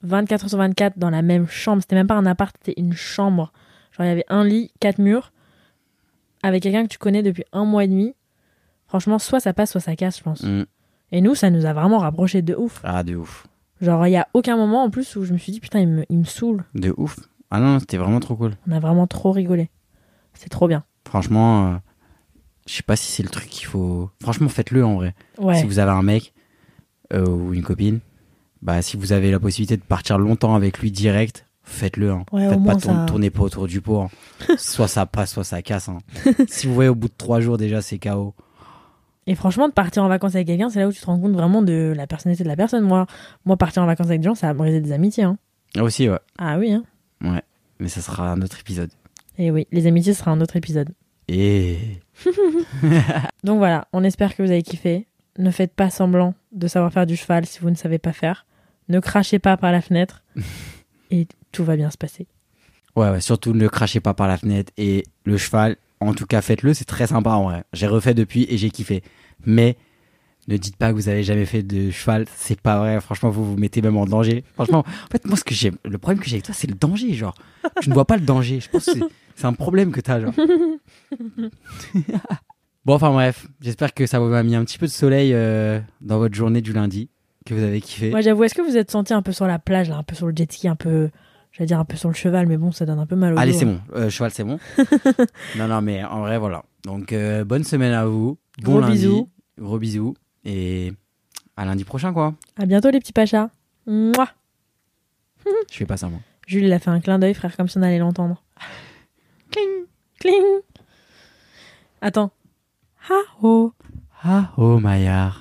[SPEAKER 2] 24 heures sur 24 dans la même chambre, c'était même pas un appart, c'était une chambre. Genre il y avait un lit, quatre murs, avec quelqu'un que tu connais depuis un mois et demi. Franchement, soit ça passe, soit ça casse, je pense.
[SPEAKER 1] Mm.
[SPEAKER 2] Et nous, ça nous a vraiment rapprochés de ouf.
[SPEAKER 1] Ah, de ouf,
[SPEAKER 2] Genre, il y a aucun moment en plus où je me suis dit, putain, il me, il me saoule.
[SPEAKER 1] de ouf. Ah non, non, c'était vraiment trop cool.
[SPEAKER 2] On a vraiment trop rigolé. C'est trop bien.
[SPEAKER 1] Franchement, euh, je sais pas si c'est le truc qu'il faut. Franchement, faites-le en vrai.
[SPEAKER 2] Ouais.
[SPEAKER 1] Si vous avez un mec euh, ou une copine, bah si vous avez la possibilité de partir longtemps avec lui direct, faites-le. Hein.
[SPEAKER 2] Ouais, au
[SPEAKER 1] Faites
[SPEAKER 2] moins,
[SPEAKER 1] pas tourner
[SPEAKER 2] ça-
[SPEAKER 1] tournez pas autour du pot. hein. soit ça passe, soit ça casse. hein. si vous voyez au bout de trois jours déjà, c'est KO.
[SPEAKER 2] Et franchement, de partir en vacances avec quelqu'un, c'est là où tu te rends compte vraiment de la personnalité de la personne. Moi, moi partir en vacances avec des gens, ça a brisé des amitiés. hein.
[SPEAKER 1] Ah aussi, ouais.
[SPEAKER 2] Ah oui, hein.
[SPEAKER 1] Ouais. Mais ça sera un autre épisode.
[SPEAKER 2] Et oui, les amitiés ce sera un autre épisode.
[SPEAKER 1] Et
[SPEAKER 2] Donc voilà, on espère que vous avez kiffé. Ne faites pas semblant de savoir faire du cheval si vous ne savez pas faire. Ne crachez pas par la fenêtre. et tout va bien se passer.
[SPEAKER 1] ouais, ouais, surtout ne crachez pas par la fenêtre et le cheval. En tout cas, faites-le, c'est très sympa en vrai. J'ai refait depuis et j'ai kiffé. Mais ne dites pas que vous avez jamais fait de cheval, c'est pas vrai. Franchement, vous vous mettez même en danger. Franchement, en fait, moi, ce que j'aime, le problème que j'ai avec toi, c'est le danger, genre. Tu ne vois pas le danger. Je pense que c'est- c'est un problème que t'as, genre. bon, enfin bref, j'espère que ça vous a mis un petit peu de soleil euh, dans votre journée du lundi, que vous avez kiffé.
[SPEAKER 2] Moi j'avoue, est-ce que vous êtes senti un peu sur la plage, là, un peu sur le jet ski, un peu, j'allais dire un peu sur le cheval, mais bon, ça donne un peu mal au
[SPEAKER 1] Allez,
[SPEAKER 2] dos,
[SPEAKER 1] c'est
[SPEAKER 2] hein.
[SPEAKER 1] bon. Euh, cheval, c'est bon. non, non, mais en vrai, voilà. Donc, euh, bonne semaine à vous. Bon
[SPEAKER 2] Gros
[SPEAKER 1] lundi.
[SPEAKER 2] bisous.
[SPEAKER 1] Gros bisous. Et à lundi prochain, quoi.
[SPEAKER 2] À bientôt les petits pachas. Mouah
[SPEAKER 1] Je fais pas ça, moi.
[SPEAKER 2] Jules, il a fait un clin d'œil, frère, comme si on allait l'entendre. Cling Cling Attends. Ha oh
[SPEAKER 1] Ah, oh, Maillard.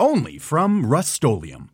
[SPEAKER 5] Only from Rust-Oleum.